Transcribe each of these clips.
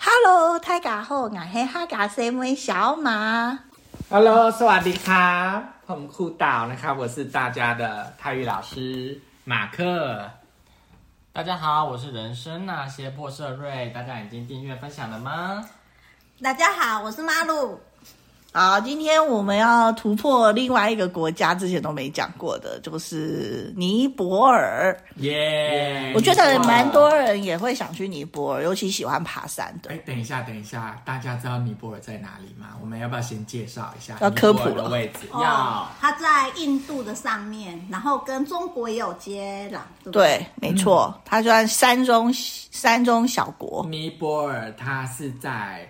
大家好，我是客家西妹小马。 Hello，สวัสดีครับผมครูเต่านะครับ我是大家的泰语老师马克大家好，我是人生那些破社瑞，大家已经订阅分享了吗？大家好，我是马鲁。好，啊今天我们要突破另外一个国家，之前都没讲过的，就是尼泊尔。耶嗯我觉得蛮多人也会想去尼泊尔，尤其喜欢爬山的哎。等一下等一下大家知道尼泊尔在哪里吗我们要不要先介绍一下要科普尼泊尔的了位置要哦它在印度的上面，然后跟中国也有接壤，对不对？对，没错，它就算山中山中小国。尼泊尔它是在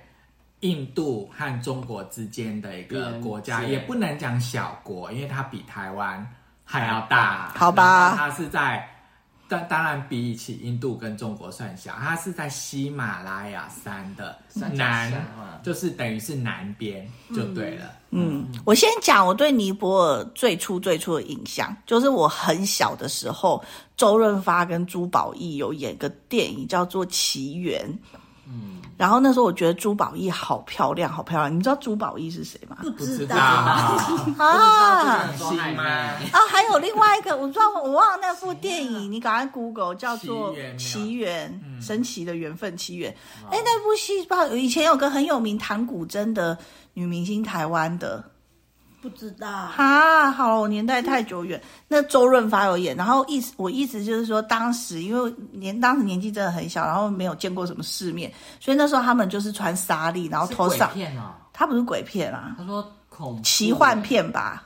印度和中国之间的一个国家，边界也不能讲小国，因为它比台湾还要大。好吧然后它是在，当当然比起印度跟中国算小，它是在喜马拉雅山的三角南山啊嘛，就是等于是南边就对了。嗯，我先讲我对尼泊尔最初最初的印象，就是我很小的时候，周润发跟朱宝义有演个电影叫做《奇缘》。嗯，然后那时候我觉得朱宝义好漂亮，好漂亮。你们知道朱宝义是谁吗？不不知知道， 道。啊很多海妹啊，还有另外一个，我不知道，我忘了那部电影，你赶快 Google 叫做奇缘没有《奇缘》，嗯神奇的缘分，《奇缘》。哎，那部戏不知道以前有个很有名唐古筝的女明星，台湾的。不知道，啊，好了，我年代太久远。那周润发有演，然后意思我意思就是说，当时因为年当时年纪真的很小，然后没有见过什么世面，所以那时候他们就是穿纱丽，然后头上是鬼片哦，他不是鬼片啊，他说恐怖奇幻，片吧，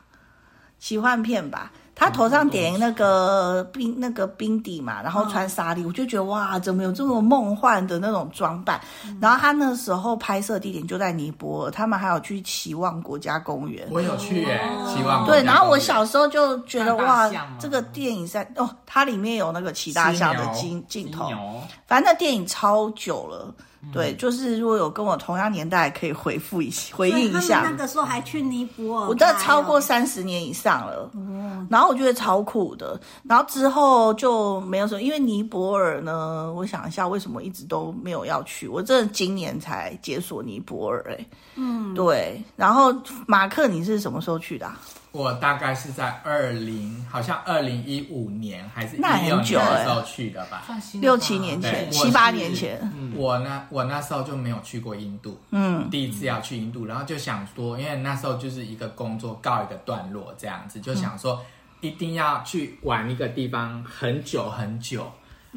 奇幻片吧。他头上点那个冰那个冰底嘛，然后穿纱丽，我就觉得哇，怎么有这么梦幻的那种装扮？嗯然后他那时候拍摄地点就在尼泊尔，他们还有去奇望国家公园。我有去耶，哦希望对，然后我小时候就觉得看大哇象吗，这个电影在哦，它里面有那个骑大象的镜镜头犀，牛嗯反正那电影超久了。对，就是如果有跟我同样年代，可以回复一下回所以应一他们下那。个时候还去尼泊尔拍哦，我这超过三十年以上了，哦然后我觉得超酷的，然后之后就没有什么，因为尼泊尔呢，我想一下为什么一直都没有要去，我真的今年才解锁尼泊尔，哎，嗯，对，然后马克你是什么时候去的啊、我大概是在二零，好像二零一五年还是一那很六久年的耶时候去的吧。算新的吧六七年前，对七八年前，我那我那时候就没有去过印度，嗯，第一次要去印度，然后就想说，因为那时候就是一个工作告一个段落这样子，就想说一定要去玩一个地方很久很久，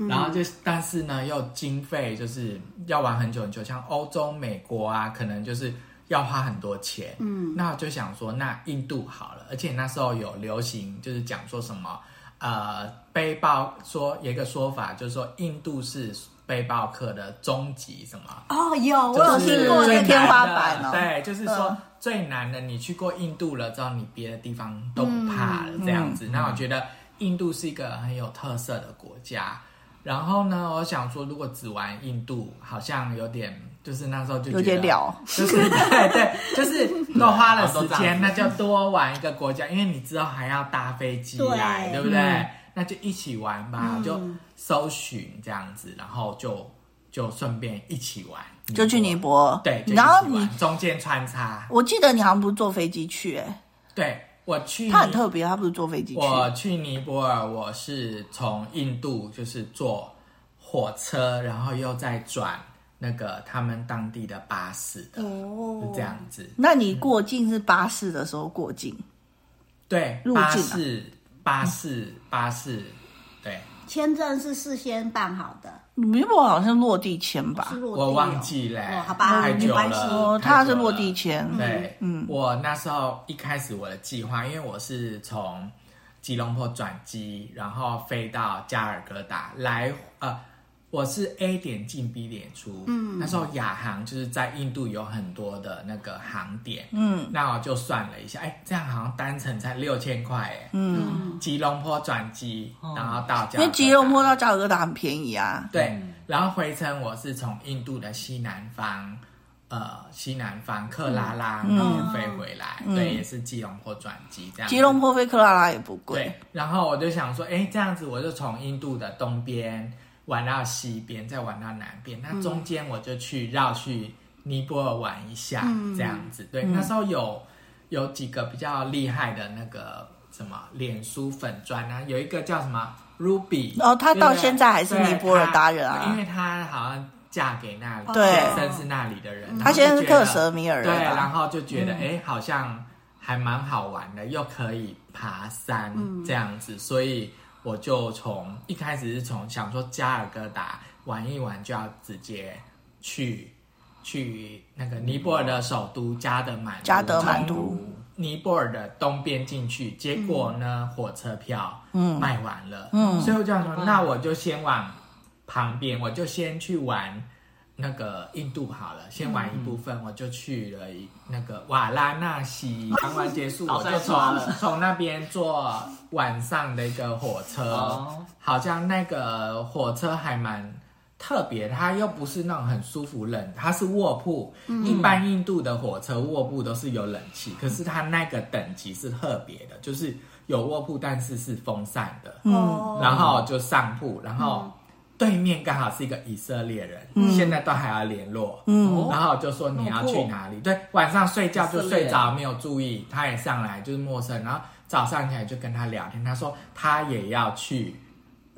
然后就但是呢又经费就是要玩很久很久，像欧洲、美国啊，可能就是要花很多钱，嗯，那我就想说那印度好了，而且那时候有流行就是讲说什么。呃，背包说有一个说法，就是说印度是背包客的终极什么哦，有我有就听是过这最那个天个，花板哦对，就是说最难的，你去过印度了之后，你别的地方都不怕了，这样子。嗯那我觉得印度是一个很有特色的国家。然后呢，我想说，如果只玩印度，好像有点，就是那时候就觉得有点了，就是对对，就是都花了时都这样间，子那就多玩一个国家，因为你之后还要搭飞机来，对对不对？那就一起玩吧，嗯就搜寻这样子，然后就就顺便一起玩，就去尼泊尔，对，就一起然后玩你，中间穿插，我记得你好像不是坐飞机去、哎，对我去，他很特别，他不是坐飞机去，嗯我去尼泊尔，我是从印度就是坐火车，然后又再转那个他们当地的巴士的，是哦这样子。那你过境是巴士的时候过境，对，入境啊嗯巴士，巴士，巴士，对，签证是事先办好的，尼泊尔好像落地签吧是？落地哦我忘记了、哦好吧太没久关系了。哦，太久他是了落地签，对，嗯，我那时候一开始我的计划，因为我是从吉隆坡转机，然后飞到加尔各答来，呃，我是 A 点进 B 点出，嗯，那时候亚航就是在印度有很多的那个航点，嗯，那我就算了一下，哎，这样好像单程才六千块，哎，嗯，吉隆坡转机，然后到加尔各答，因为吉隆坡到加尔各答很便宜啊。对，嗯然后回程我是从印度的西南方，呃，西南方克拉拉那边飞回来，对，也是吉隆坡转机这样子。吉隆坡飞克拉拉也不贵对，，然后我就想说，哎，这样子我就从印度的嗯东边玩到西边，再玩到南边，那中间我就去绕去尼泊尔玩一下，嗯这样子。对，那时候有有几个比较厉害的那个什么脸书粉砖啊，有一个叫什么 Ruby，哦他到对不对现在还是对尼泊尔他达人啊因为他好像嫁给那里，对先生是那里的人，他现在是然后就觉克得什米尔对，人然吧，嗯后就觉得哎、诶好像还蛮好玩的，又可以爬山嗯这样子，所以我就从一开始是从想说加尔各答玩一玩，就要直接去去那个尼泊尔的首都加德满都加德满都从尼泊尔的东边进去，结果呢，火车票嗯卖完了，嗯所以我就想说，那我就先往旁边，我就先去玩那个印度好了，先玩一部分，我就去了一那个瓦拉纳西，玩完结束老我就在从抓了 从那边坐晚上的一个火车哦，好像那个火车还蛮。特别，它又不是那种很舒服冷，它是卧铺。嗯一般印度的火车卧铺都是有冷气，可是它那个等级是特别的，就是有卧铺，但是是风扇的。嗯，哦哦然后就上铺，然嗯后对面刚好是一个以色列人，现在都还要联络，嗯然后就说你要去哪哦里？对，晚上睡觉就睡着，没有注意，他也上来就是陌生，然后早上起来就跟他聊天，他说他也要去。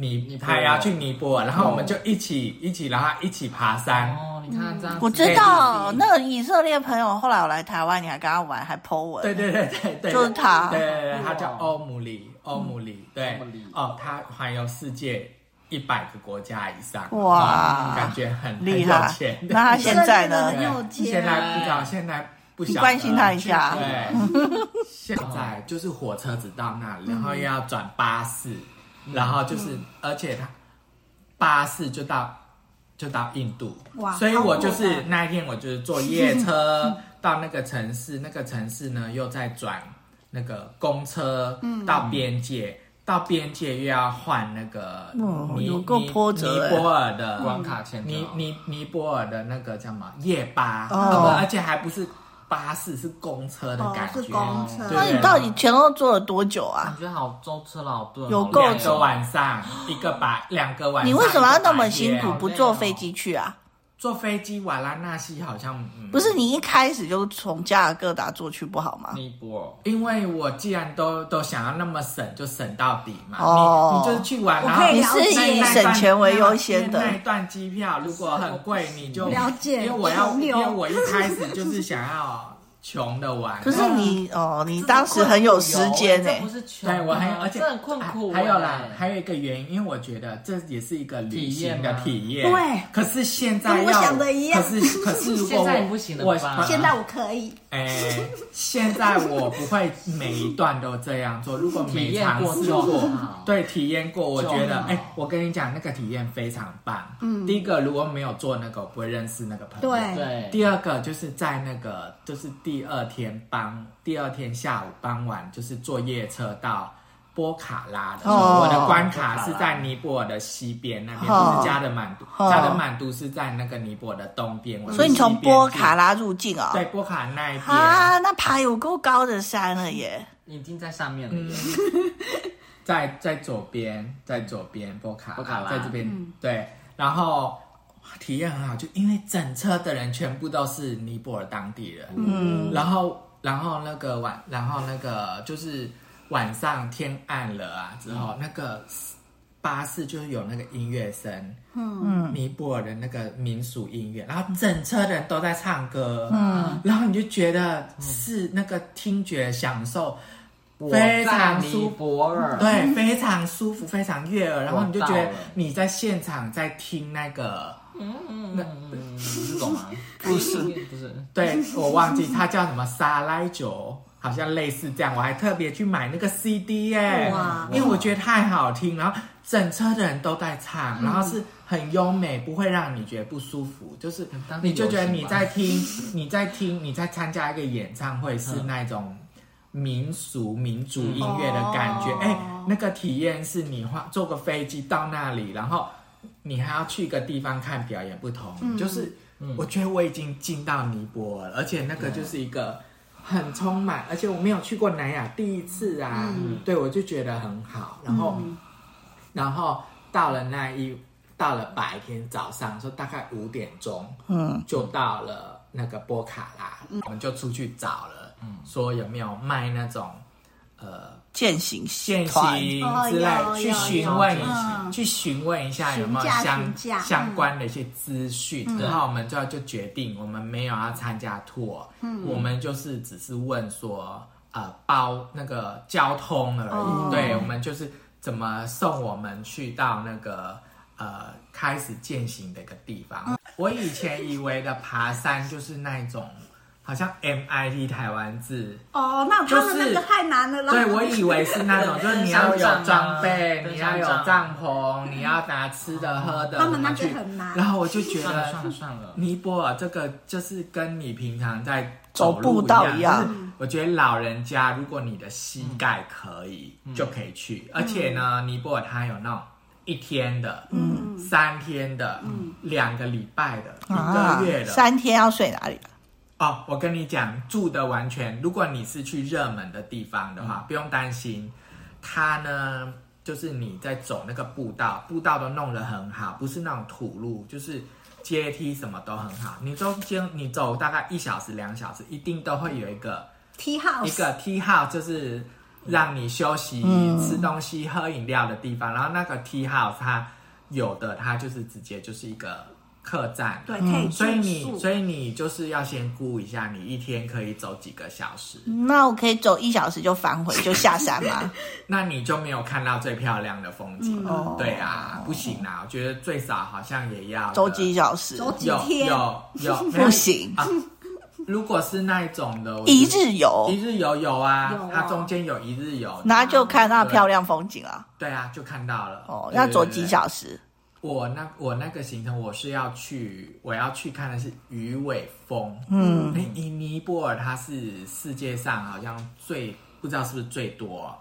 尼，尼泊尔他也要去尼泊尔，然后我们就一起一起，然后一起爬山。哦，你看这样子，我知道那个以色列朋友后来我来台湾，你还跟他玩，还 Po 文，对对对对对，就是他嗯对对对，他叫哇欧姆里，欧姆里，对欧姆里，哦，他环游世界一百个国家以上，哇嗯感觉很厉很有害钱。。那他现在以色列的呢人？对很有钱现在不知道，现在不晓你得关心他一下对，现在就是火车只到那里，然后又要转巴士，嗯然后就是，而且他巴士就到就到印度，哇所以我就好是酷那一天我就是坐夜嗯车到那个城市，那个城市呢又再转那个公车嗯到边界。到边界又要换那个哦尼有够尼波折欸尼泊尔的关卡签尼掉尼尼泊尔的那个叫什么夜巴，哦好吧而且还不是巴士，是公车的哦感，觉是，公车，对那你到底全都坐了多久啊感？觉好舟车劳顿，有好累够两久啊个晚上，一个白，两个晚上。你为什么要那么一辛个白苦天？不坐飞机去啊？坐飞机瓦拉纳西好像、嗯、不是，你一开始就从加尔各答坐去不好吗？尼泊尔。因为我既然都都想要那么省，就省到底嘛。哦你你就是去玩，我然后可以你了解是以省钱为优先的那，一段机票如果很贵，你就了解因 为我要，穷因游为我一开始就是想要穷的玩。可是你哦，你当时很有时哎间欸呢、这不是穷啊，对，我还而且啊这很困苦、还还有啦，哎还有一个原因，因为我觉得这也是一个旅行的体体验。验吗可是现在跟我要想的一样可是可是如果 现在我你不行了我呃吧现在我可以，哎、现在我不会每一段都这样做，如果没体验尝过试就过好，对，体验过，我觉就得好，哎、我跟你讲，那个体验非常棒。嗯，第一个如果没有做那个，我不会认识那个朋友。对哎对，第二个就是在那个，就是第二天傍，第二天下午傍晚，就是坐夜车到波卡拉的时候。哦我的关卡是在尼泊尔的西边那边，哦不是加德满都。哦加德满都是在那个尼泊尔的东边，我是所以你从西边波去卡拉入境啊、对波卡那一边。啊，那爬有够高的山了耶！你已经在上面了耶，在在左边，在左边波卡啊波卡拉在这边、对，然后哇体验很好，就因为整车的人全部都是尼泊尔当地人，嗯，然后然后那个晚，然后那个就是晚上天暗了啊之后，嗯那个巴士就是有那个音乐声，嗯，尼泊尔的那个民俗音乐，然后整车的人都在唱歌，嗯，然后你就觉得嗯是那个听觉享受。我非在常舒尼泊尔，对，非常舒服，非常悦耳，然后你就觉我得到了你在现场在听那个，嗯，这种吗？不是不是， 对我忘记它叫什么沙拉酒，好像类似这样，我还特别去买那个 CD 耶、哇因为我觉得太好听，然后整车的人都在嗯唱，然后是很优美，不会让你觉得不舒服，就是当地你就觉得流行你吧在听，你在听，你在参加一个演唱会是嗯那种。民俗民族音乐的感觉，哎、那个体验是你花坐个飞机到那里，然后你还要去一个地方看表演，不同，就是我觉得我已经进到尼泊尔了，而且那个就是一个很充满，而且我没有去过南亚，第一次啊，对我就觉得很好，然后、然后到了那一到了白天早上，说大概五点钟，嗯，就到了那个波卡啦，我们就出去找了，说有没有卖那种呃践行践团行哦之类有，去有询有问有一下，嗯去询问一下有没有询价相询价相嗯关的一些资讯，然后我们就就决定我们没有要参加 tour，我嗯们就是只是问说呃包那个交通而哦已，对，我们就是怎么送我们去到那个呃开始践行的一个地嗯方。我以前以为的爬山就是那种好像 MIT 台湾字。哦，那他们那就个是太难了 啦。对，我以为是那种，就是你要有装备，登你山要杖啊有帐篷，你要拿吃的喝的。他们那个拿去很难然后我就觉算了算了得，算了，尼泊尔这个就是跟你平常在走步道一一样就是我觉得老人家，如果你的膝盖可以，就可以去。而且呢，尼泊尔它有那种一天的，嗯，三天的，嗯，两个礼拜的，一个月的，啊三天要睡哪里、啊？哦，我跟你讲，住的完全，如果你是去热门的地方的话，不用担心。它呢，就是你在走那个步道，步道都弄得很好，不是那种土路，就是阶梯什么都很好。你中间你走大概一小时、两小时，一定都会有一个 T 一 house 个 T 号，就是让你休息、吃东西、喝饮料的地方。然后那个 T 号，它有的它就是直接就是一个客栈，对，可以嗯住宿所以你，所以你就是要先估一下，你一天可以走几个小时，那我可以走一小时就返回就下山 吗？那你就没有看到最漂亮的风景。哦对啊，不行啊，我觉得最少好像也要走几小时？走几有 天有有没有不行，啊。如果是那一种的，我觉得一日游一，日游有啊，有啊它中间有一日游，那就看那漂亮风景啊。对啊，就看到了。哦，对要对走对几对小时？我那我那个行程我是要去，我要去看的是鱼尾峰。嗯，诶尼尼泊尔它是世界上好像最不知道是不是最多，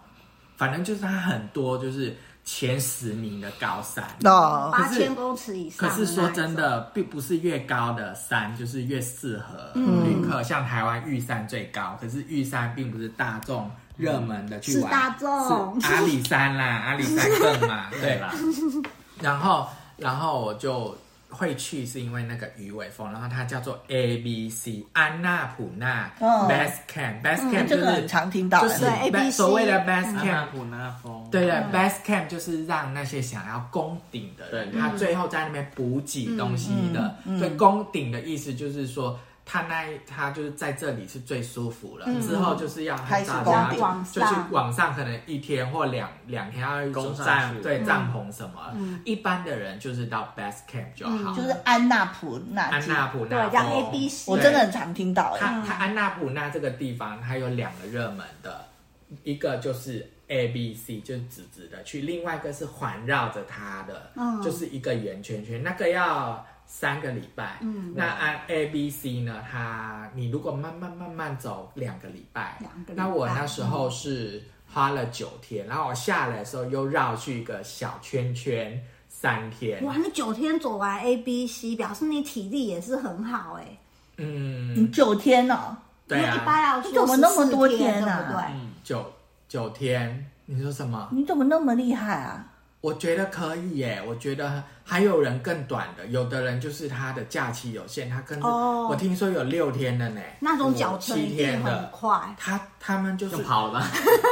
反正就是它很多就是前十名的高山。哦，八可是千公尺以上可的那一种。是说真的，并不是越高的山就是越适合嗯旅客。像台湾玉山最高，可是玉山并不是大众热门的去是玩，大众是阿里山 啦，阿里山更嘛，对啦。然后，然后我就会去，是因为那个鱼尾峰，然后它叫做 A B C 安纳普纳、哦嗯 Base Camp，Base Camp 这就是、个很常听到就的。嗯是对 ABC 所谓的 Base 阿 Camp，、纳普纳风，对对，Base 啊 Camp 就是让那些想要攻顶的人，对他最后在那边补给东西的。嗯所以攻顶的意思就是说，他那一他就是在这里是最舒服了，之后就是要嗯开始大攻家顶往就去上往上，可能一天或两两天要攻上站去嗯对帐篷什么。一般的人就是到 Base Camp 就好，嗯就是安纳普纳安基，纳普纳对叫峰 ABC 我真的很常听到哎、嗯它它安纳普纳这个地方，它有两个热门的，一个就是 A B C，就是直直的去，另外一个是环绕着它的，嗯就是一个圆圈圈，那个要三个礼拜。嗯，那按 A B C 呢，它你如果慢慢慢慢走两个礼拜，两个礼拜那我那时候是花了九天，然后我下来的时候又绕去一个小圈圈三天。哇，你九天走完 A B C，表示你体力也是很好哎、嗯，你九天哦，对因为一啊，嗯般要去你怎么那么多14天天啊对不对？九九天，你说什么？你怎么那么厉害啊？我觉得可以耶，我觉得还有人更短的，有的人就是他的假期有限，他跟着、哦我听说有六天的呢，那种脚五程七一定天很的，快。他他们就是就跑了吧，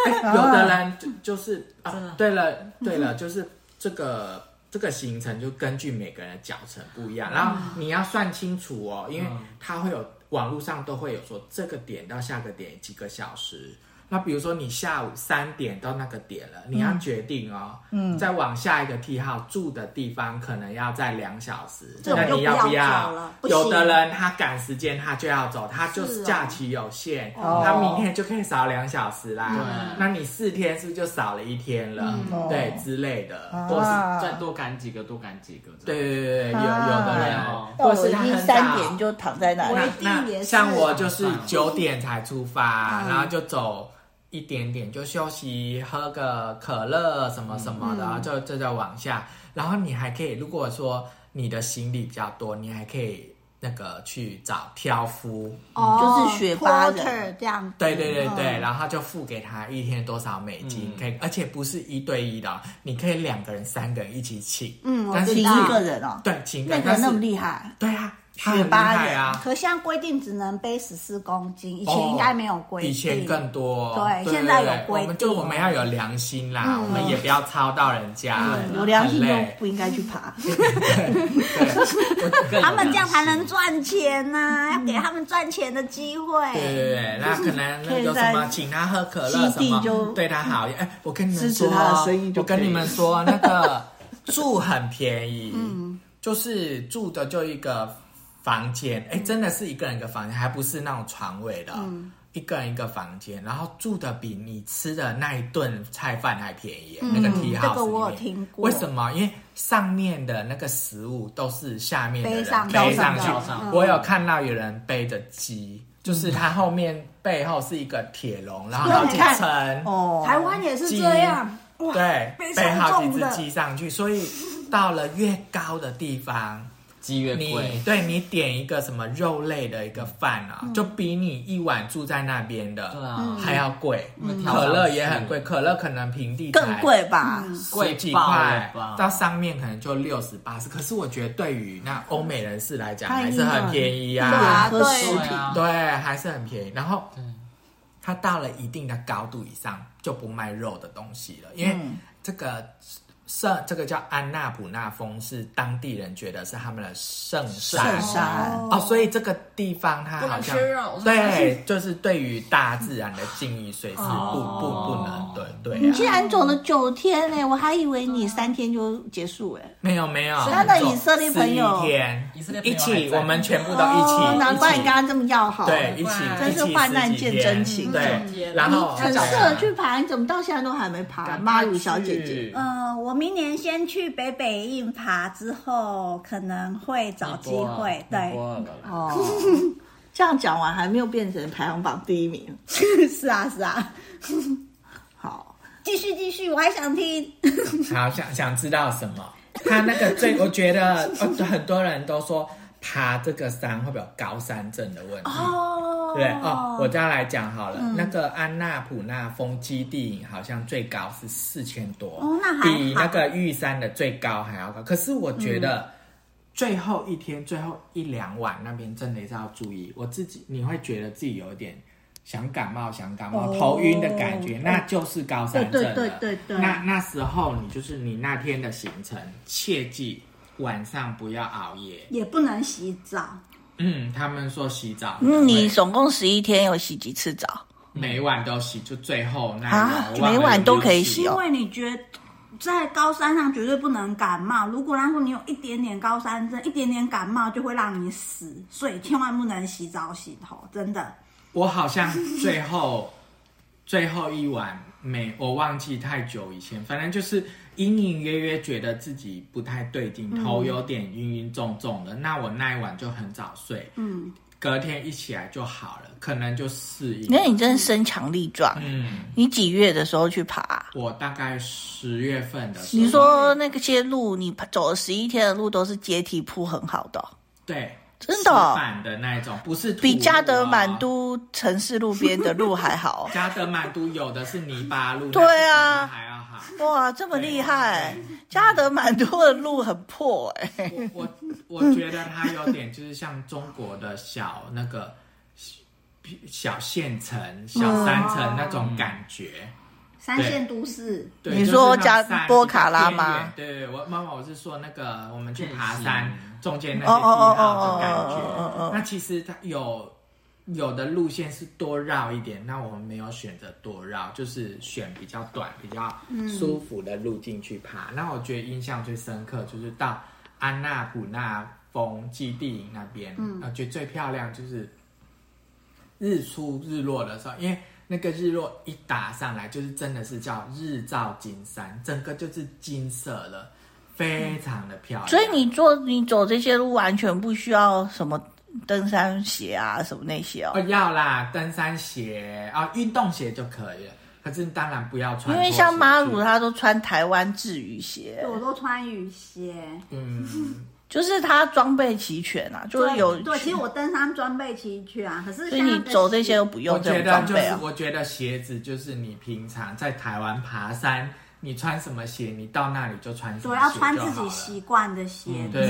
哎 有的人就就是啊真的，对了对了，就是这个这个行程就根据每个人的脚程不一样，然后你要算清楚哦，因为它会有网络上都会有说这个点到下个点几个小时。那比如说你下午三点到那个点了，你要决定哦，嗯，再往下一个 T 号住的地方可能要在两小时，这那种你就要不要走了不有行的人他赶时间，他就要走，他就是是哦假期有限，哦他明天就可以少两小时啦。对那你四天是不是就少了一天了？嗯对之类的，或或是啊是再多赶几个，多赶几个，对对对对，有有的人啊，到或我是已他经很三早点就躺在那我里也，那一定也是像我就是九点才出发，嗯然后就走一点点，就休息，喝个可乐什嗯么什么的，然后就就再往下。然后你还可以，如果说你的行李比较多，你还可以那个去找挑夫。哦，就是学霸人 porter 这样。对对对对，嗯然后他就付给他一天多少美金，可以，而且不是一对一的哦，你可以两个人、三个人一起请，嗯我但是知请道一是个人哦，对请那人个但人是那么厉害，对啊，他很雪厉巴害人啊，可现在规定只能背十四公斤，以前哦应该没有规定，以前更多，对对，现在对有对规我定嗯们就我们要有良心啦，我们也不要操到人家，有良心很就哦累不应该去 爬。更有他们这样才良心能赚钱呐、要给他们赚钱的机嗯对会。对对，那可能那可以有在什么，请他喝可乐什基地就么，对他好。哎，我跟你们支持说，他的生意就我跟可以你们说，那 个住很便宜，嗯就是住的就一个房间，哎，真的是一个人一个房间，还不是那种床位的，嗯一个人一个房间，然后住的比你吃的那一顿菜饭还便宜，嗯那个 T 嗯这 house 个我里有面听过为什么？因为上面的那个食物都是下面的人背上背上嗯上去背上，我有看到有人背着鸡，就是他后面背后是一个铁笼，然后对好几层，哦，台湾也是这样，哇，对，背非常好几重只的鸡上去，所以到了越高的地方，鸡越你贵，对你点一个什么肉类的一个饭嗯啊，就比你一碗住在那边的对啊还要贵嗯，可乐也很贵，可乐可能平地更才贵吧？嗯十几贵爆了块吧到上面可能就六十八十，可是我觉得对于那欧美人士来讲它还一是定很很便宜对啊啊，对喝食对品啊，对，还是很便宜。然后对它到了一定的高度以上就不卖肉的东西了，因为嗯这个圣这个叫安纳普纳峰是当地人觉得是他们的圣山圣山哦，所以这个地方它不能好像吃肉对，就是对于大自然的敬意，所以是不不不能哦对对啊。你竟然走了九天呢、我还以为你三天就结束哎、没有没有，他的以色列朋友11天以色列朋一友还在起，我们全部都一起，哦，难怪一你起跟他这么要好。对一起，真是患难见真情一起十几天嗯对，然后很适啊合去爬，你怎么到现在都还没爬？妈乳小姐姐，嗯、我明年先去北北印爬，之后可能会找机啊会。对，对，哦，这样讲完还没有变成排行榜第一名。 是啊，是啊， 好，继续继续，我还想听。好想想知道什么？他那个最，我觉得呃很多人都说爬这个山会不会有高山症的问题？哦对哦，我这样来讲好嗯了。那个安纳普纳峰基地好像最高是四千多，哦那还好比那个玉山的最高还要高。可是我觉嗯得最后一天、最后一两晚那边真的是要注意。我自己你会觉得自己有一点想感冒、想感冒、哦头晕的感觉，那就是高山症了。对对对对对那那时候你就是你那天的行程，切记晚上不要熬夜。也不能洗澡，嗯，他们说洗澡很嗯，贵，你总共十一天有洗几次澡？每晚都洗，就最后那啊一晚每晚都可以洗因哦为你觉得在高山上绝对不能感冒。如果然后你有一点点高山症，一点点感冒就会让你死，所以千万不能洗澡洗头，真的。我好像最后 最后一晚没，我忘记太久以前，反正就是隐隐约约觉得自己不太对劲，嗯头有点晕晕重重的。那我那一晚就很早睡，嗯，隔天一起来就好了，可能就适应。那你真的身强力壮。嗯，你几月的时候去爬、我大概十月份的时候，你说那些路，你爬走了十一天的路都是阶梯铺很好的哦、对，真的哦石板的那一种，不是土比加路德哦。满都城市路边的路还好哦加德满都有的是泥巴路，对啊那比还要好。哇，这么厉害！加德满都的路很破哎、我我觉得它有点就是像中国的小那个小县城、小山城那种感觉。三线都市，对，你说就是那加种山波卡拉吗边缘对，我妈妈，我是说那个我们去爬健行山中间那些哦地哦哦号的感哦哦哦哦哦觉。那其实它有有的路线是多绕一点，那我们没有选择多绕，就是选比较短、比较嗯舒服的路径去爬。那我觉得印象最深刻就是到安纳普纳峰基地营那边，嗯我觉得最漂亮就是日出日落的时候，因为那个日落一打上来，就是真的是叫日照金山，整个就是金色了，非常的漂亮。所以你做你走这些路完全不需要什么登山鞋啊，什么那些哦哦，要啦，登山鞋啊，运动鞋就可以了。可是当然不要因穿拖鞋去，为像妈祖她都穿台湾制雨鞋，我都穿雨鞋。嗯，就是她装备齐全啊，就是有对对，其实我登山装备齐全啊，可是所以像你那个走这鞋些都不我用这觉种得装就备是啊。我觉得鞋子就是你平常在台湾爬山你穿什么鞋，你到那里就穿什么对，鞋要穿就自好己了习惯的鞋嗯子。对、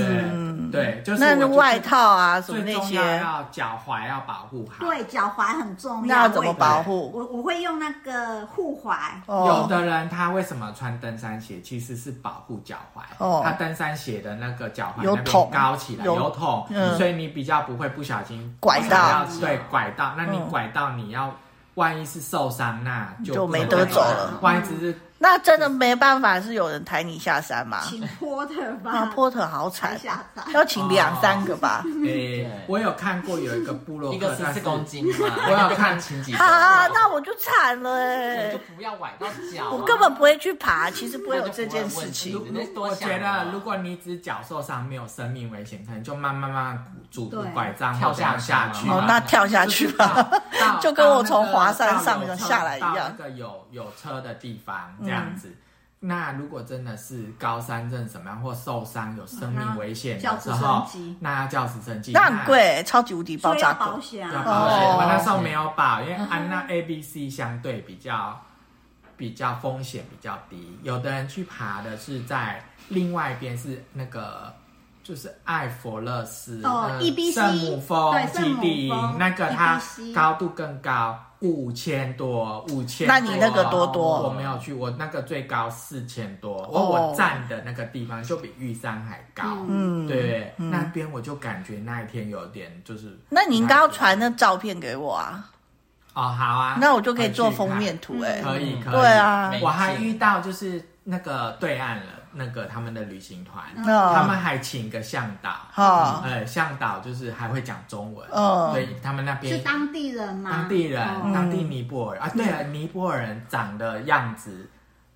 对，就是那我就是外套啊什么最那重些，要要脚踝要保护好。对，脚踝很重要。那要怎么我也保护？我我会用那个护踝，有哦，的人他为什么穿登山鞋？其实是保护脚踝。哦他登山鞋的那个脚踝有那筒边高起来有有筒，嗯所以你比较不会不小心拐想到要对，拐到。那你嗯拐到，你要万一是受伤，那就不没能得再走穿了万一只是那真的没办法，是有人抬你下山吗？请波特 啊，吧，波特好惨，抬下山。要请两三个吧。诶、嗯对我有看过有一个部落一客个，十但四是公斤嘛， 我要一个看情景 啊，那我就惨了哎、就不要崴到脚啊，我根本不会去爬，其实不会有这件事情。如如啊我觉得，如果你只脚受伤没有生命危险，可能就慢慢慢慢拄拄对拐杖跳或者样下下去去啊嘛哦嘛，，那跳下去吧。就是到就跟我从华山上到那个下来一样嗯到那个有有车的地方这样子。那如果真的是高山症怎么样，或受伤有生啊命危险叫的时直候升机，那要叫直升机， 那很贵、超级无敌爆所以要炸保贵。险要啊，保险，哦我那时候没有保，因为安娜 A、B、C 相对比较比较风险比较低。有的人去爬的是在另外一边是那个。就是艾佛勒斯哦呃 EBC 圣母峰对基地圣母，峰 E 那个它 EBC 高度更高，五千多，五千。那你那个多多我没有去，我那个最高四千多，我、哦我站的那个地方就比玉山还高。嗯，对，那边我就感觉那一天有点就是，那你应该要传那照片给我啊，哦，好啊，那我就可以做封面图哎、可以，可以，可以对。啊，没我还遇到就是那个对岸了，那个他们的旅行团，哦他们还请个向导，哦呃，向导就是还会讲中文，哦所以他们那是边当地人吗？当地人，哦当地尼泊尔啊，嗯对了，尼泊尔人长的样子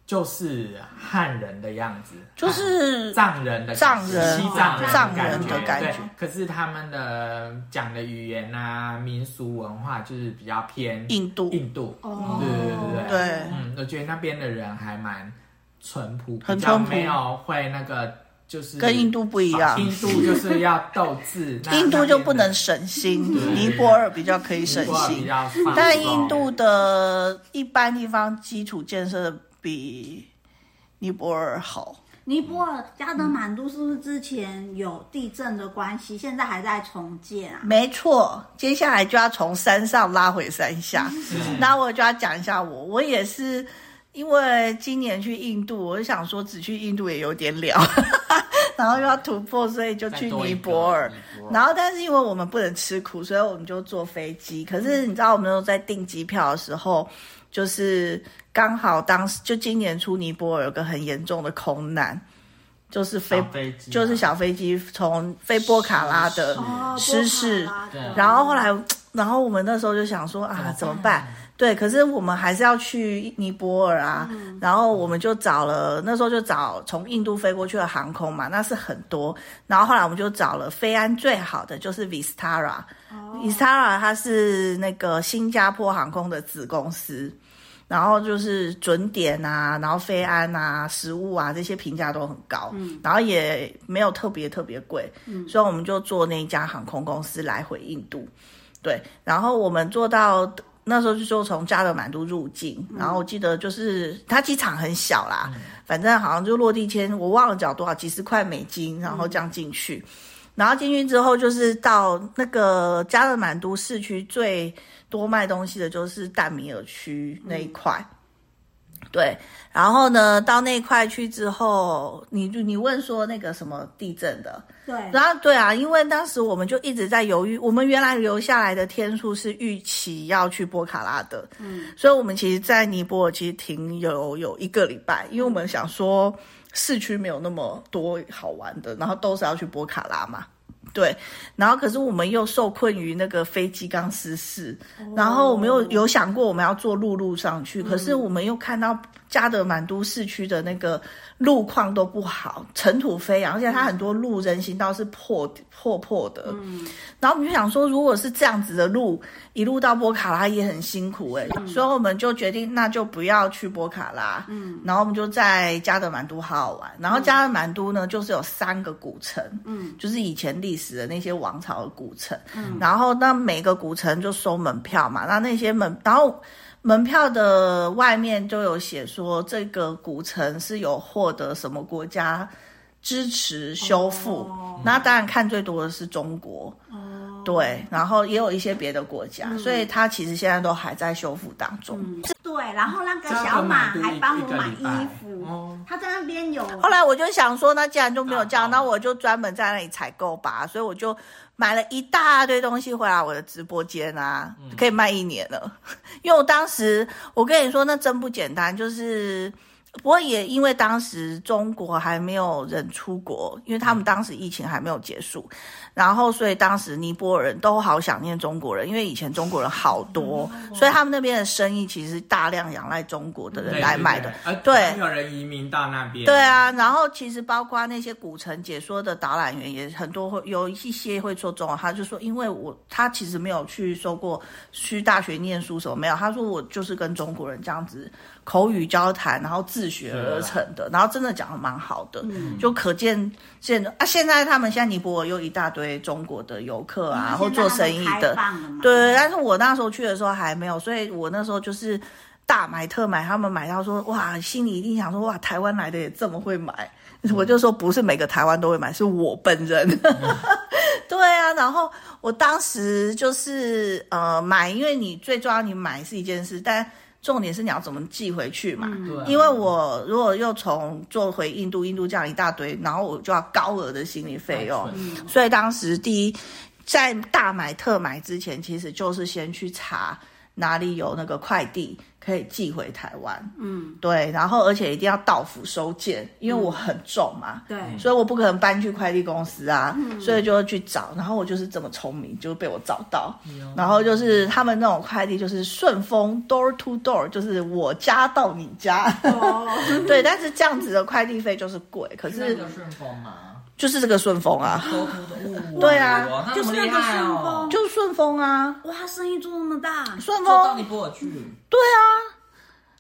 就是汉人的样子，就是藏人的藏人西藏人藏感人的觉感觉对，可是他们的讲的语言啊、民俗文化就是比较偏印度印度，哦对对对对嗯，我觉得那边的人还蛮淳朴，很比较淳朴没有会那个就是跟印度不一样，印度就是要斗志， 那印度就不能那省心，对尼泊尔比较可以省边的文化比心，较放松但印度的一般地方基础建设比尼泊尔好。尼泊尔加德满都是不是之前有地震的关系，现在还在重建啊？没错，接下来就要从山上拉回山下。那我就要讲一下我，我也是因为今年去印度，我就想说只去印度也有点了， 然后又要突破，所以就再去多一尼个泊尔。尼泊然后，但是因为我们不能吃苦，所以我们就坐飞机。可是你知道，我们都在订机票的时候，就是刚好当时就今年初尼泊尔有个很严重的空难，就是飞小飞机啊就是小飞机从飞波卡拉的是是哦，失事波卡拉哦对啊然后后来，然后我们那时候就想说啊，嗯怎怎么么办？对，可是我们还是要去尼泊尔啊。然后我们就找了，那时候就找从印度飞过去的航空嘛，那是很多。然后后来我们就找了飞安最好的，就是 Vistara。Vistara 它是那个新加坡航空的子公司。然后就是准点啊，然后飞安啊，食物啊这些评价都很高，然后也没有特别特别贵，所以我们就坐那一家航空公司来回印度，对，然后我们坐到那时候就说从加德满都入境，然后我记得就是它机场很小啦，反正好像就落地签我忘了缴多少几十块美金，然后这样进去，然后进去之后就是到那个加勒满都市区最多卖东西的就是淡米尔区那一块。对，然后呢，到那一块去之后，你就你问说那个什么地震的，对，然后对啊，因为当时我们就一直在犹豫，我们原来留下来的天数是预期要去波卡拉的，嗯，所以我们其实，在尼泊尔其实停有有一个礼拜，因为我们想说市区没有那么多好玩的，然后都是要去波卡拉嘛。对，然后可是我们又受困于那个飞机刚失事，然后我们又有想过我们要坐陆路上去，可是我们又看到加德满都市区的那个路况都不好，尘土飞扬，而且它很多路人行道是破破破的。然后我们就想说，如果是这样子的路，一路到波卡拉也很辛苦哎、所以我们就决定那就不要去波卡拉，嗯，然后我们就在加德满都好好玩。然后加德满都呢，就是有三个古城，嗯，就是以前历嗯史的那些王朝的古城，然后那每个古城就收门票嘛，那那些门，然后门票的外面就有写说这个古城是有获得什么国家支持修复，哦那当然看最多的是中国。对，然后也有一些别的国家，所以它其实现在都还在修复当中。对，然后那个小马还帮我买这样衣子买服，哦他在那边有后来我就想说，那既然都没有这样，大那包我就专门在那里采购吧。所以我就买了一大堆东西回来我的直播间啊，嗯可以卖一年了。因为我当时我跟你说，那真不简单，就是。不过也因为当时中国还没有人出国，因为他嗯们当时疫情还没有结束，然后所以当时尼泊尔人都好想念中国人，因为以前中国人好多，嗯所以他们那边的生意其实大量仰赖中国的人来买的。对对对对，而没有人移民到那边，对，啊，然后其实包括那些古城解说的导览员也很多会有一些会说中文，他就说，因为我他其实没有去受过去大学念书什么没有，他说我就是跟中国人这样子口语交谈，然后自学而成的，然后真的讲的蛮好的，嗯就可见见啊，现在他们现在尼泊尔又一大堆中国的游客啊，或做生意的，对，对，但是我那时候去的时候还没有，所以我那时候就是大买特买，他们买到说哇，心里一定想说哇，台湾来的也这么会买，我就说不是每个台湾都会买，是我本人。 对啊，然后我当时就是呃买，因为你最重要你买是一件事，但重点是你要怎么寄回去嘛。嗯对啊因为我如果又从做回印度，印度这样一大堆，然后我就要高额的行李费用，所以当时第一在大买特买之前，其实就是先去查哪里有那个快递可以寄回台湾。嗯，对，然后而且一定要到府收件，因为我很重嘛。对，所以我不可能搬去快递公司啊，所以就会去找。然后我就是这么聪明，就被我找到。然后就是他们那种快递，就是顺丰 door to door，就是我家到你家。哦，对，但是这样子的快递费就是贵，可那是个哦顺丰嘛，就是这个顺丰啊，都哭的，对啊哇那就是么那厉个害顺哦丰，就是顺丰啊，哇，生意做那么大，顺坐到丰尼泊尔去，对啊，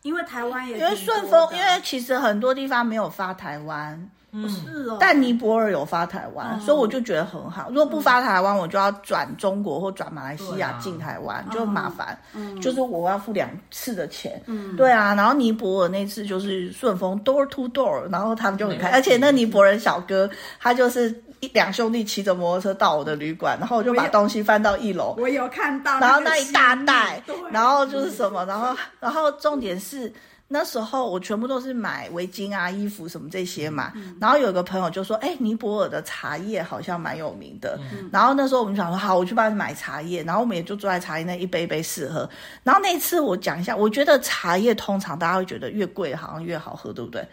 因为台湾也因为挺多顺丰，的因为其实很多地方没有发台湾，嗯，是哦，但尼泊尔有发台哦湾，所以我就觉得很好。如果不发台湾，我就要转中国或转马来西对亚啊哦嗯进台湾，就很麻烦。就是我要付两次的钱。对啊，然后尼泊尔那次就是顺丰 door to door，然后他们就很开没而问题且那尼泊尔小哥他就是一两兄弟骑着摩托车到我的旅馆，然后我就把东西翻到一楼，我有看到个然后行李，那一大袋对，然后就是什么，然后然后重点是那时候我全部都是买围巾啊、衣服什么这些嘛。然后有个朋友就说：“哎、尼泊尔的茶叶好像蛮有名的。然后那时候我们就想说：“好，我去帮你买茶叶。”然后我们也就坐在茶叶那一杯一杯试喝。然后那一次我讲一下，我觉得茶叶通常大家会觉得越贵好像越好喝，对不对？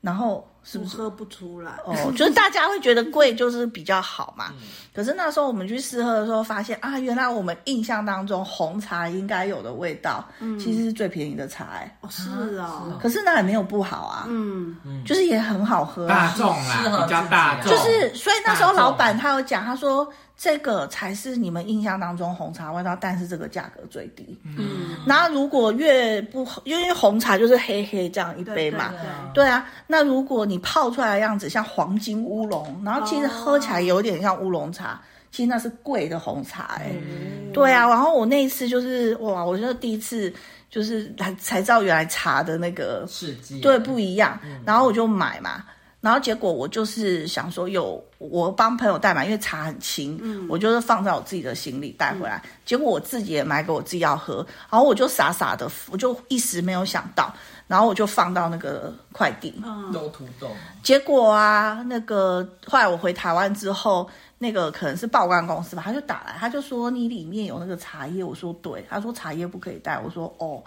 然后是不我是？喝不出来，哦，就是大家会觉得贵就是比较好嘛。可是那时候我们去试喝的时候，发现啊，原来我们印象当中红茶应该有的味道，嗯其实是最便宜的茶、欸。哦是哦，可是那也没有不好啊，嗯，就是也很好喝啊、大众适合啦，比较大自众，就己啊是，所以那时候大众老板他有讲，他说这个才是你们印象当中红茶味道，但是这个价格最低。嗯，那如果越不，因为红茶就是黑黑这样一对杯嘛，对对对啊，那如果你泡出来的样子像黄金乌龙，然后其实喝起来有点像乌龙茶，其实那是贵的红茶哎、嗯对啊，然后我那一次就是哇，我就第一次就是才才知道原来茶的那个世纪对不一样，然后我就买嘛。然后结果我就是想说有我帮朋友带嘛，因为茶很轻，我就是放在我自己的行李带回来。结果我自己也买给我自己要喝，然后我就傻傻的，我就一时没有想到，然后我就放到那个快递。嗯都土豆，结果啊，那个后来我回台湾之后，那个可能是报关公司吧，他就打来，他就说你里面有那个茶叶，我说对，他说茶叶不可以带，我说哦，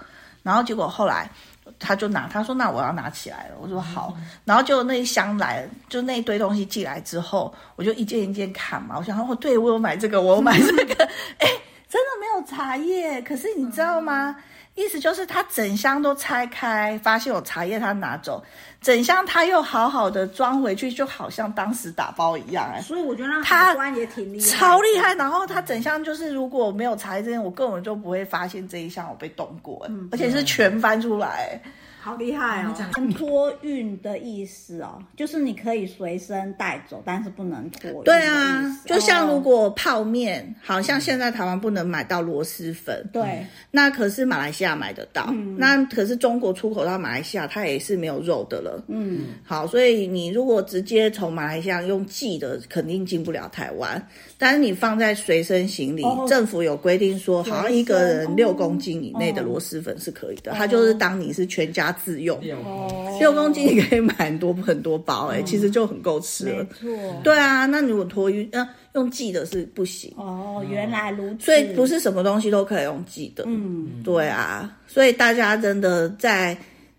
然后结果后来他就拿，他说那我要拿起来了，我说好，然后就那一箱来，就那一堆东西寄来之后，我就一件一件看嘛，我想说哦，对我有买这个，我有买这个，哎，真的没有茶叶，可是你知道吗？意思就是他整箱都拆开，发现有茶叶，他拿走，整箱它又好好的装回去，就好像当时打包一样、哎，所以我觉得那他海关也挺厉害，超厉害。。然后它整箱就是如果没有查这件，我根本就不会发现这一箱我被动过、哎而且是全翻出来、哎好厉害哦！很托运的意思哦，就是你可以随身带走，但是不能托运的对意思。哦啊，就像如果泡面，好像现在台湾不能买到螺蛳粉，哦对，嗯那可是马来西亚买得到，那可是中国出口到马来西亚，它也是没有肉的了。嗯，好，所以你如果直接从马来西亚用寄的，肯定进不了台湾。但是你放在随身行李，哦政府有规定说，随好身像一个人哦六公斤以内的螺蛳粉是可以的，它就是当你是全家自用。六哦，嗯六公斤你可以买很多很多包、哎、其实就很够吃没了。错，对啊，那如果托运，嗯、用寄的是不行，哦，原来如此，所以不是什么东西都可以用寄的。嗯，对啊，所以大家真的在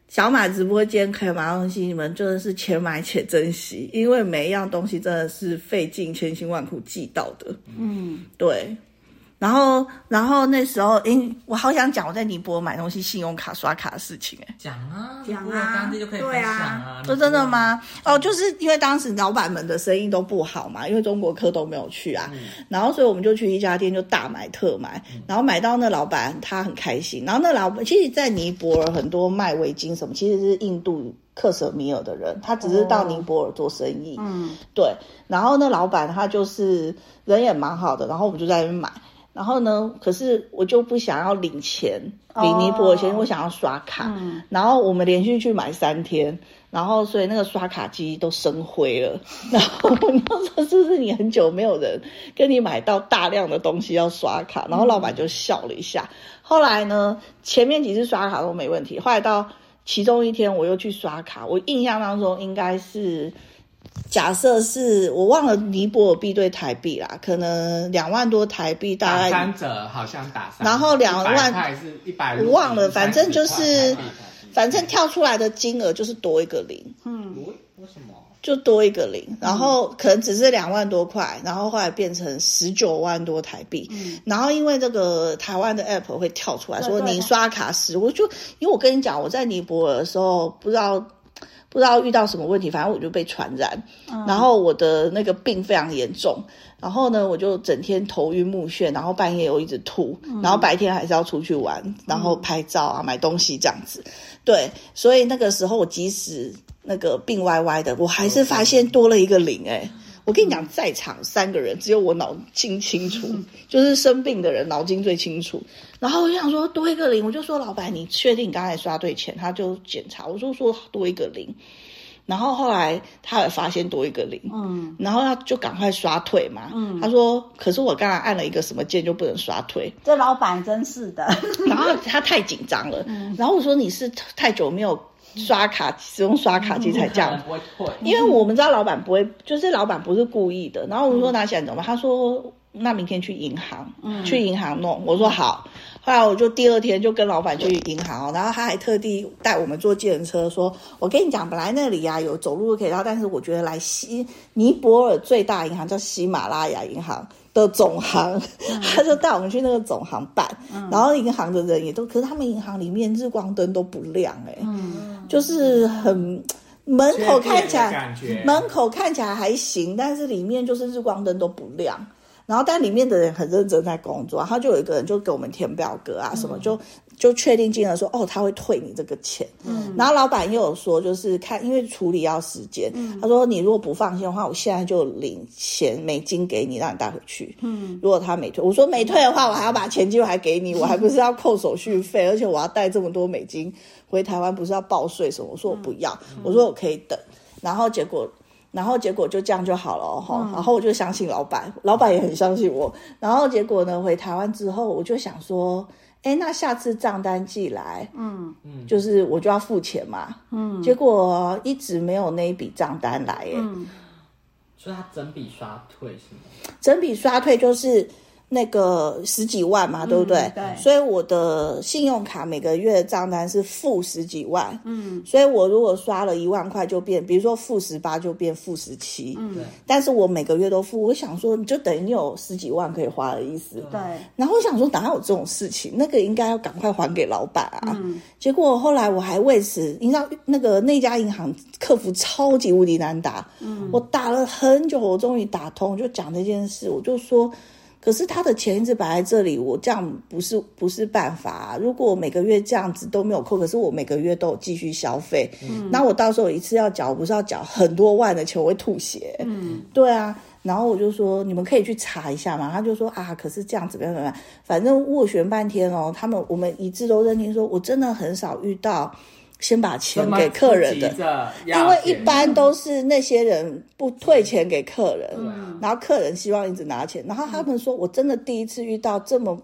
小马直播间可以买到东西，你们真的是且买且珍惜，因为每一样东西真的是费尽千辛万苦寄到的。嗯，对。然后，然后那时候，诶，我好想讲我在尼泊尔买东西信用卡刷卡的事情、诶。讲啊，讲啊如果当地就可以分享啊，说真的？吗？哦，就是因为当时老板们的生意都不好嘛，因为中国客都没有去啊，然后所以我们就去一家店就大买特买，然后买到那老板他很开心，然后那老板其实，在尼泊尔很多卖围巾什么，其实是印度克什米尔的人，他只是到尼泊尔做生意，嗯，对，然后那老板他就是人也蛮好的，然后我们就在那边买。然后呢？可是我就不想要领钱，领尼泊尔钱哦我想要刷卡。嗯然后我们连续去买三天，然后所以那个刷卡机都生灰了。 然后我们就说：“是不是你很久没有人跟你买到大量的东西要刷卡？”然后老板就笑了一下。后来呢，前面几次刷卡都没问题，后来到其中一天我又去刷卡，我印象当中应该是。假设是我忘了尼泊尔币对台币啦，可能两万多台币，大打概三折好像打三折，然后两万100块是一百，我忘了反正就是130块反正跳出来的金额就是多一个零，嗯喂为什么？就多一个零，然后可能只是两万多块，然后后来变成十九万多台币。然后因为这个台湾的 app 会跳出来嗯对说对你对刷卡时，我就因为我跟你讲，我在尼泊尔的时候不知道不知道遇到什么问题，反正我就被传染，嗯然后我的那个病非常严重。然后呢，我就整天头晕目眩，然后半夜又一直吐，嗯然后白天还是要出去玩，然后拍照啊、买东西这样子。对，所以那个时候我即使那个病歪歪的，我还是发现多了一个零哎、我跟你讲，在场三个人只有我脑筋清楚，嗯就是生病的人脑筋最清楚。然后我就想说多一个零，我就说老板，你确定你刚才刷对钱？他就检查，我就说多一个零。然后后来他也发现多一个零，嗯，然后他就赶快刷退嘛。嗯他说，可是我刚才按了一个什么键就不能刷退。这老板真是的， 然后他太紧张了，然后我说你是太久没有刷卡使用刷卡机才这样可能不会退，因为我们知道老板不会，就是老板不是故意的。然后我们说拿起来怎么办？他说那明天去银行，去银行弄。我说好。后来我就第二天就跟老板去银行，然后他还特地带我们坐计程车，说：“我跟你讲，本来那里呀、啊有走路可以到，但是我觉得来西尼泊尔最大银行叫喜马拉雅银行的总行，他就带我们去那个总行办，然后银行的人也都，可是他们银行里面日光灯都不亮、欸，嗯，就是很门口看起缺点的来感觉门口看起来还行，但是里面就是日光灯都不亮。然后，但里面的人很认真在工作，然后就有一个人就给我们填表格啊什么，就就确定金额说，哦，他会退你这个钱。嗯，然后老板又有说，就是看因为处理要时间，他说你如果不放心的话，我现在就领钱美金给你，让你带回去。嗯，如果他没退，我说没退的话，我还要把钱金还给你，我还不是要扣手续费，而且我要带这么多美金回台湾，不是要报税什么？我说我不要，我说我可以等。然后结果，然后结果就这样就好了哦哈、嗯然后我就相信老板，老板也很相信我。然后结果呢，回台湾之后，我就想说，哎，那下次账单寄来，嗯，就是我就要付钱嘛。嗯，结果一直没有那一笔账单来耶。嗯所以他整笔刷退是吗？整笔刷退就是那个十几万嘛，对不对？嗯对所以我的信用卡每个月账单是负十几万，嗯所以我如果刷了一万块就变，比如说负十八就变负十七，嗯对，但是我每个月都付，我想说，就等于你有十几万可以花的意思。对，然后我想说，哪有这种事情？那个应该要赶快还给老板啊！嗯结果后来我还为此，你知道那个那家银行客服超级无敌难打，嗯我打了很久，我终于打通，就讲这件事，我就说，可是他的钱一直摆在这里，我这样不是不是办法、啊。如果我每个月这样子都没有扣，可是我每个月都有继续消费，那我到时候一次要缴，我不是要缴很多万的钱，我会吐血。嗯对啊，然后我就说你们可以去查一下嘛。他就说啊，可是这样怎么样怎么样，反正斡旋半天哦，他们我们一致都认定说，我真的很少遇到先把钱给客人的，的，因为一般都是那些人不退钱给客人，嗯然后客人希望一直拿钱，然后他们说我真的第一次遇到这么。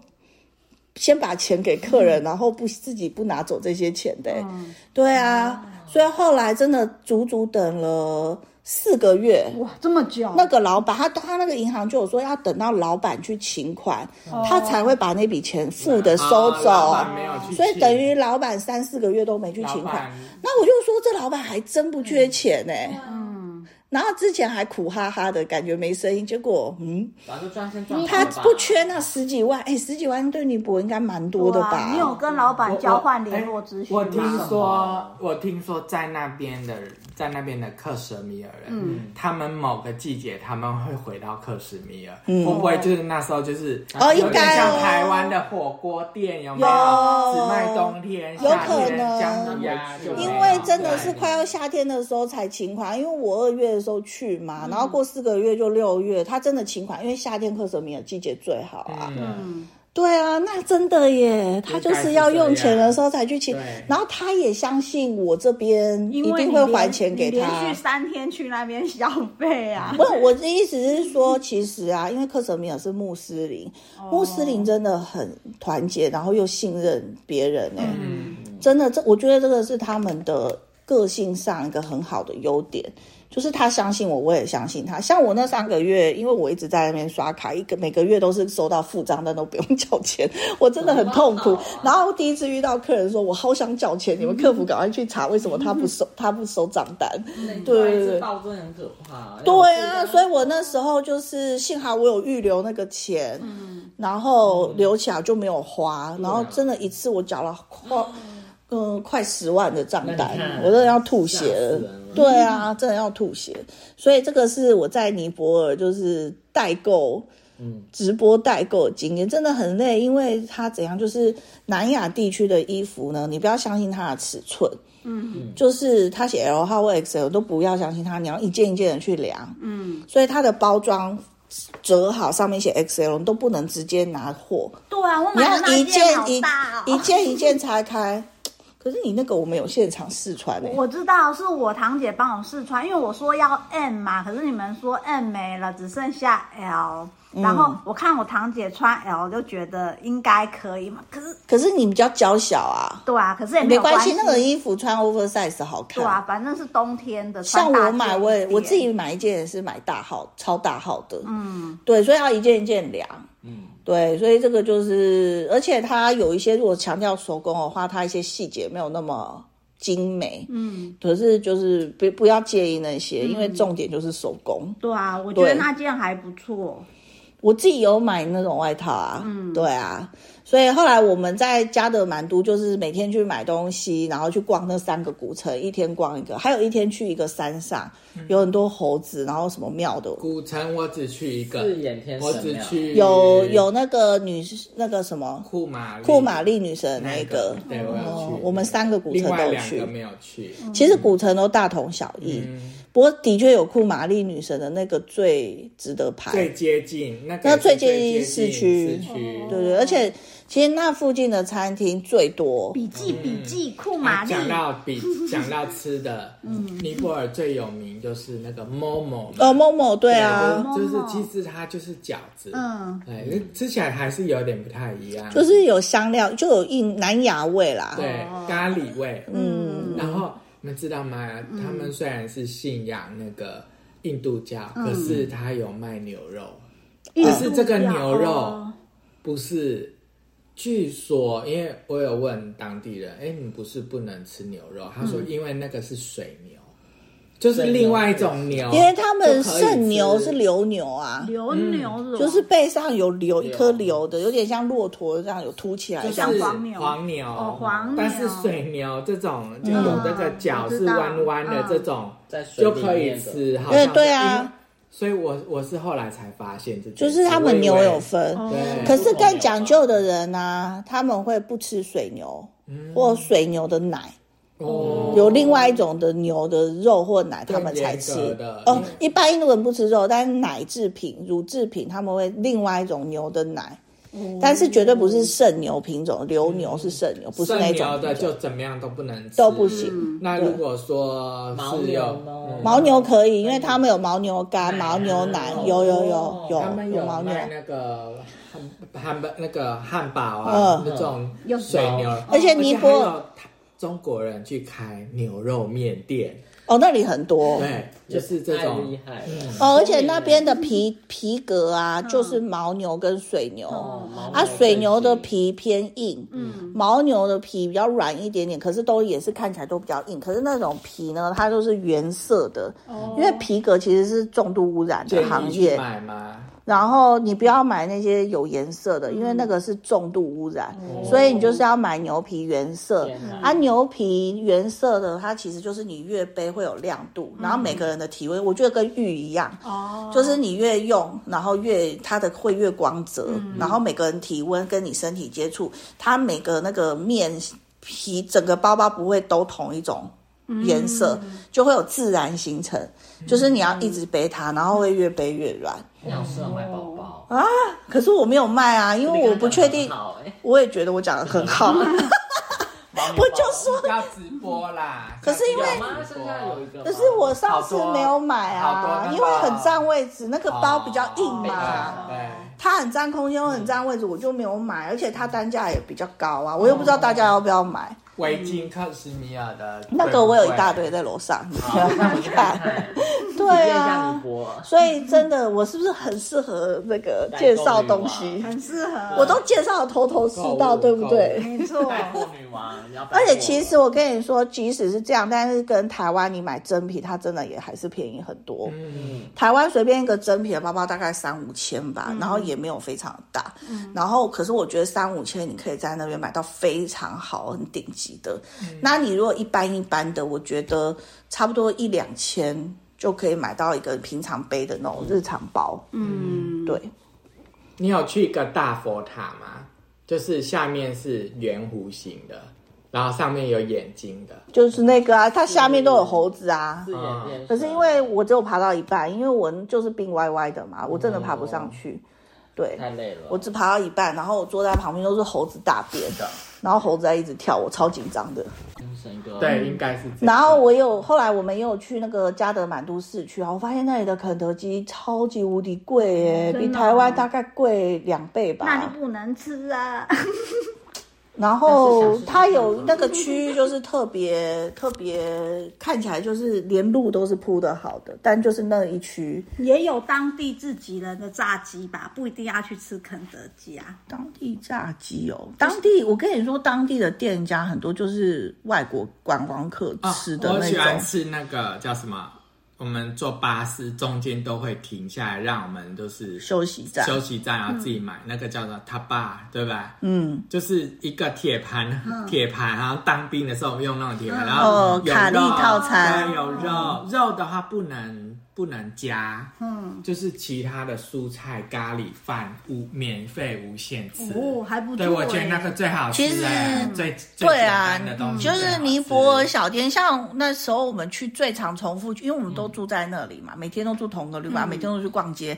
先把钱给客人，然后不自己不拿走这些钱的、嗯，哦对啊，所以后来真的足足等了四个月，哇，这么久，那个老板，他他那个银行就有说要等到老板去请款，他才会把那笔钱付的收走，啊老板没有去所以请等于老板三四个月都没去老请款板。那我就说这老板还真不缺钱呢、嗯，然后之前还苦哈哈的感觉没声音，结果嗯，早就赚先赚好他了吧不缺那十几万，哎、十几万对尼泊应该蛮多的对啊吧？你有跟老板我交换联络资讯我吗？哎我听说，我听说在那边的，在那边的克什米尔人，嗯他们某个季节他们会回到克什米尔，会不会就是那时候就是嗯哦有应点该像哦台湾的火锅店有没有只卖冬天，有夏可天能姜母鸭就没有因为真的是快要夏天的时候才请款，因为我二月的时候去嘛，然后过四个月就六月，他真的请款，因为夏天克什米尔季节最好啊。对嗯嗯，对啊，那真的耶，他就是要用钱的时候才去请应该是这样，对然后他也相信我这边一因为定你会连还钱给你他。连续三天去那边消费啊，不，我的意思是 说，其实啊，因为克什米尔是穆斯林，哦穆斯林真的很团结，然后又信任别人哎、嗯真的，这我觉得这个是他们的个性上一个很好的优点，就是他相信我，我也相信他。像我那三个月，因为我一直在那边刷卡，一个每个月都是收到付账，但都不用缴钱，我真的很痛苦。然后第一次遇到客人说，我好想缴钱，你们客服赶快去查为什么他不收，他不收账单。嗯对对对暴增很可怕。对哎啊，所以我那时候就是幸好我有预留那个钱，然后留起来就没有花，然后真的一次我缴了快，嗯、快十万的账单那你看，我真的要吐血吓了死人了。对啊，真的要吐血。所以这个是我在尼泊尔就是代购。嗯直播代购的经验真的很累，因为它怎样就是南亚地区的衣服呢，你不要相信它的尺寸，嗯就是它写 L 号或 XL 都不要相信它，你要一件一件的去量，嗯，所以它的包装折好，上面写 XL，你都不能直接拿货，对啊，我你买的要那一件好件一大哦一件一件拆开。可是你那个我们有现场试穿欸诶、我知道是我堂姐帮我试穿，因为我说要 M 嘛，可是你们说 M 没了，只剩下 L。然嗯后我看我堂姐穿 L 就觉得应该可以嘛，可是可是你比较娇小啊，对啊，可是也没有关关系，那个衣服穿 oversize 好看。对啊，反正是冬天的，像穿大我件买，我也一点我自己买一件也是买大号、超大号的，嗯对，所以要一件一件量。嗯，对，所以这个就是，而且它有一些如果强调手工的话，它一些细节没有那么精美，嗯，可是就是不不要介意那些，因为重点就是手工。对啊，我觉得对那件还不错，我自己有买那种外套啊，对啊，所以后来我们在加德满都就是每天去买东西，然后去逛那三个古城，一天逛一个，还有一天去一个山上，有很多猴子，然后什么庙的。古城我只去一个，四眼天我神只庙去有有那个女那个什么库玛丽库玛丽女神的那那个，对我有哦去，，我们三个古另城都外有两去个。没有去，其实古城都大同小异，嗯，不过的确有库玛丽女神的那个最值得拍，最接近那个那是最最接近近市区区，市区对对，而且其实那附近的餐厅最多，笔记笔记库玛丽，讲到比 讲到吃的，嗯尼泊尔最有名就是那个 momo 嘛呃，某某对啊，就是就是 momo 其实它就是饺子，嗯，哎，那吃起来还是有点不太一样，就是有香料，就有印南亚味啦，对咖喱味，嗯，然后你们知道吗？他们虽然是信仰那个嗯印度教，可是他有卖牛肉，印可度是这个料牛肉哦不是，据说因为我有问当地人，哎，你不是不能吃牛肉？他嗯说因为那个是水牛，就是另外一种牛，因为他们圣牛就是可以吃流牛啊，流嗯牛肉就是背上有瘤一牛颗瘤的，有点像骆驼这样有凸起来啊就的，是像像黄牛黄牛，哦黄牛但是水牛这种就有那个嗯脚我知是道弯弯的嗯这种，在水就里可以面的吃，好对像对是因为啊，所以我我是后来才发现这件事，就是他们牛有分，哦对可是更讲究的人啊，他们会不吃水牛嗯或水牛的奶，哦有另外一种的牛的肉或奶，他们才吃更严格的。哦因为，一般印度人不吃肉，但是奶制品、乳制品他们会另外一种牛的奶，但是绝对不是圣牛品种，流牛是圣牛，不是那圣种牛的品就种怎么样都不能吃都不行。那如果说牦是牛有呢嗯牦牛可以，因为他们有牦牛肝、牦牛奶，有有有哎哦他们有有牦牛，卖那个汉汉堡那个汉堡啊，嗯那种有水牛，而且尼泊还有中国人去开牛肉面店，哦，那里很多。对，就是这太厉种。害了哦，而且那边的皮皮革啊，就是牦牛跟水牛。哦牦啊，水牛的更新皮偏硬，嗯牦牛的皮比较软一点点，可是都也是看起来都比较硬。可是那种皮呢，它都是原色的，哦嗯因为皮革其实是重度污染的行建议去业。买吗？然后你不要买那些有颜色的，因为那个是重度污染，所以你就是要买牛皮嗯原色天。哪啊，牛皮原色的，它其实就是你越背会有亮度，然后每个人的体温，我觉得跟玉一样，哦，就是你越用，然后越它的会越光泽，然后每个人体温跟你身体接触，它每个那个面皮整个包包不会都同一种嗯颜色，就会有自然形成。就是你要一直背它，然后会越背越软。你好适合买宝宝，可是我没有卖啊，因啊为我不确定你刚刚讲得很。好嗯哎我也觉得我讲的很好，我就说，要直播啦。可是因为有吗？剩下有一个 吗，可是我上次没有买好啊，多因为很占位置，那个包比较硬对嘛，对，它很占空间，又很占位置，我就没有买，而且它单价也比较高嗯啊，我又不知道大家要不要买。围巾克什米尔的那个我有一大堆在楼上，你好那我看去看 看，体对验一下尼啊，泊尔，所以真的，我是不是很适合那个介绍东西？很适合，我都介绍头头是道，对不对？没错，带货女王，你要百货而且其实我跟你说，即使是这样，但是跟台湾你买真皮，它真的也还是便宜很多。嗯，台湾随便一个真皮的包包大概三五千吧，然后也没有非常大。然后可是我觉得三五千你可以在那边买到非常好、很顶级的。那你如果一般一般的，我觉得差不多一两千就可以买到一个平常背的那种日常包。嗯，对，你有去一个大佛塔吗？就是下面是圆弧形的，然后上面有眼睛的。就是那个啊，它下面都有猴子啊。四嗯眼变身可是因为我只有爬到一半，因为我就是病歪歪的嘛，我真的爬不上去。对，太累了，我只爬到一半，然后我坐在旁边都是猴子大便的，然后猴子在一直跳，我超紧张的。精神哥对，应该是这样。然后我有后来我们也有去那个加德满都市区啊，我发现那里的肯德基超级无敌贵耶，真的比哦台湾大概贵两倍那就吧。不能吃啊，然后但是想吃它肯德有基那个区域就是特别特别看起来就是连路都是铺的好的，但就是那一区 也有当地自己人的炸鸡吧，不一定要去吃肯德基啊。当地炸鸡哦，当地我跟你说，当地的店家很多就是外国观光客啊吃的我那喜种。欢吃那个叫什么？我们坐巴士中间都会停下来，让我们就是休息站休息站，然后自己买、那个叫做 taba，对吧？嗯，就是一个铁盘，铁盘，然后当兵的时候用那种铁盘，嗯然后哦有卡利肉套餐嗯对有肉，肉的话不能不能加，嗯，就是其他的蔬菜、咖喱饭无免费无限吃，哦，还不错、对，欸。我觉得那个最好吃、欸，其实最最对简啊单的东，西就最好吃，是尼泊尔小店，像那时候我们去最常重复去，因为我们都住在那里嘛，每天都住同个旅嗯馆，每天都去逛街，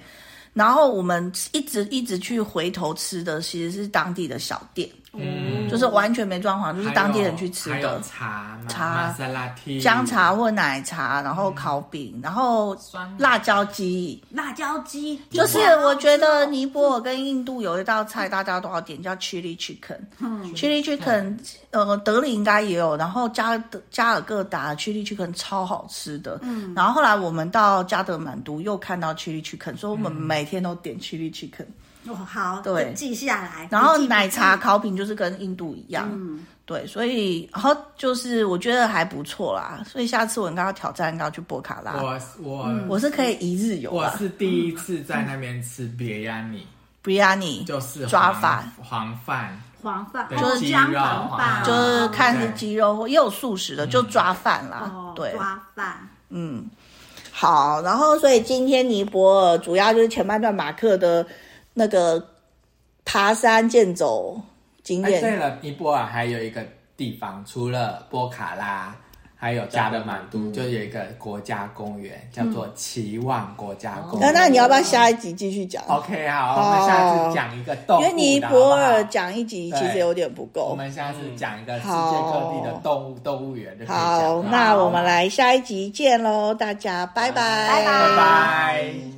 然后我们一直一直去回头吃的其实是当地的小店，嗯就是完全没装潢，就是当地人去吃还有还有的。茶嘛，茶玛莎拉蒂、姜茶或奶茶，然后烤饼，然后酸辣椒鸡，辣椒鸡，就是我觉得尼泊尔跟印度有一道菜大家都要点，叫 Chili Chicken。嗯 Chili Chicken，呃，德里应该也有，然后加德加尔各答 Chili Chicken 超好吃的。嗯，然后后来我们到加德满都又看到 Chili Chicken，所以我们每天都点 Chili Chicken。哦，好，对就记下来。然后笔记嗯奶茶，烤饼就是跟印度一样，对，所以然后就是我觉得还不错啦，所以下次我应该要挑战，应该要去博卡拉，我我我、是可以一日游我啦，是第一次在那边吃别亚 尼，比亚尼就是抓黄法黄饭，笔黄饭，对哦鸡姜肉黄饭，啊哦就是看是啊对嗯鸡肉或也有素食的，就抓饭啦，哦对，抓饭。嗯，好，然后所以今天尼泊尔主要就是前半段马克的那个爬山健走经哎，对验，了，尼泊尔还有一个地方，除了波卡拉，还有加德满都，就有一个国家公园叫做奇望国家哦公那园。呃那你要不要下一集继续讲？ OK，好，我们下次讲一个动因物的，为尼泊好尔不好讲一集对其实有点不我够。们下次讲一个世界嗯好各地的动物动物园就可以讲好了，那我们来下一集见喽，大家拜拜，拜拜。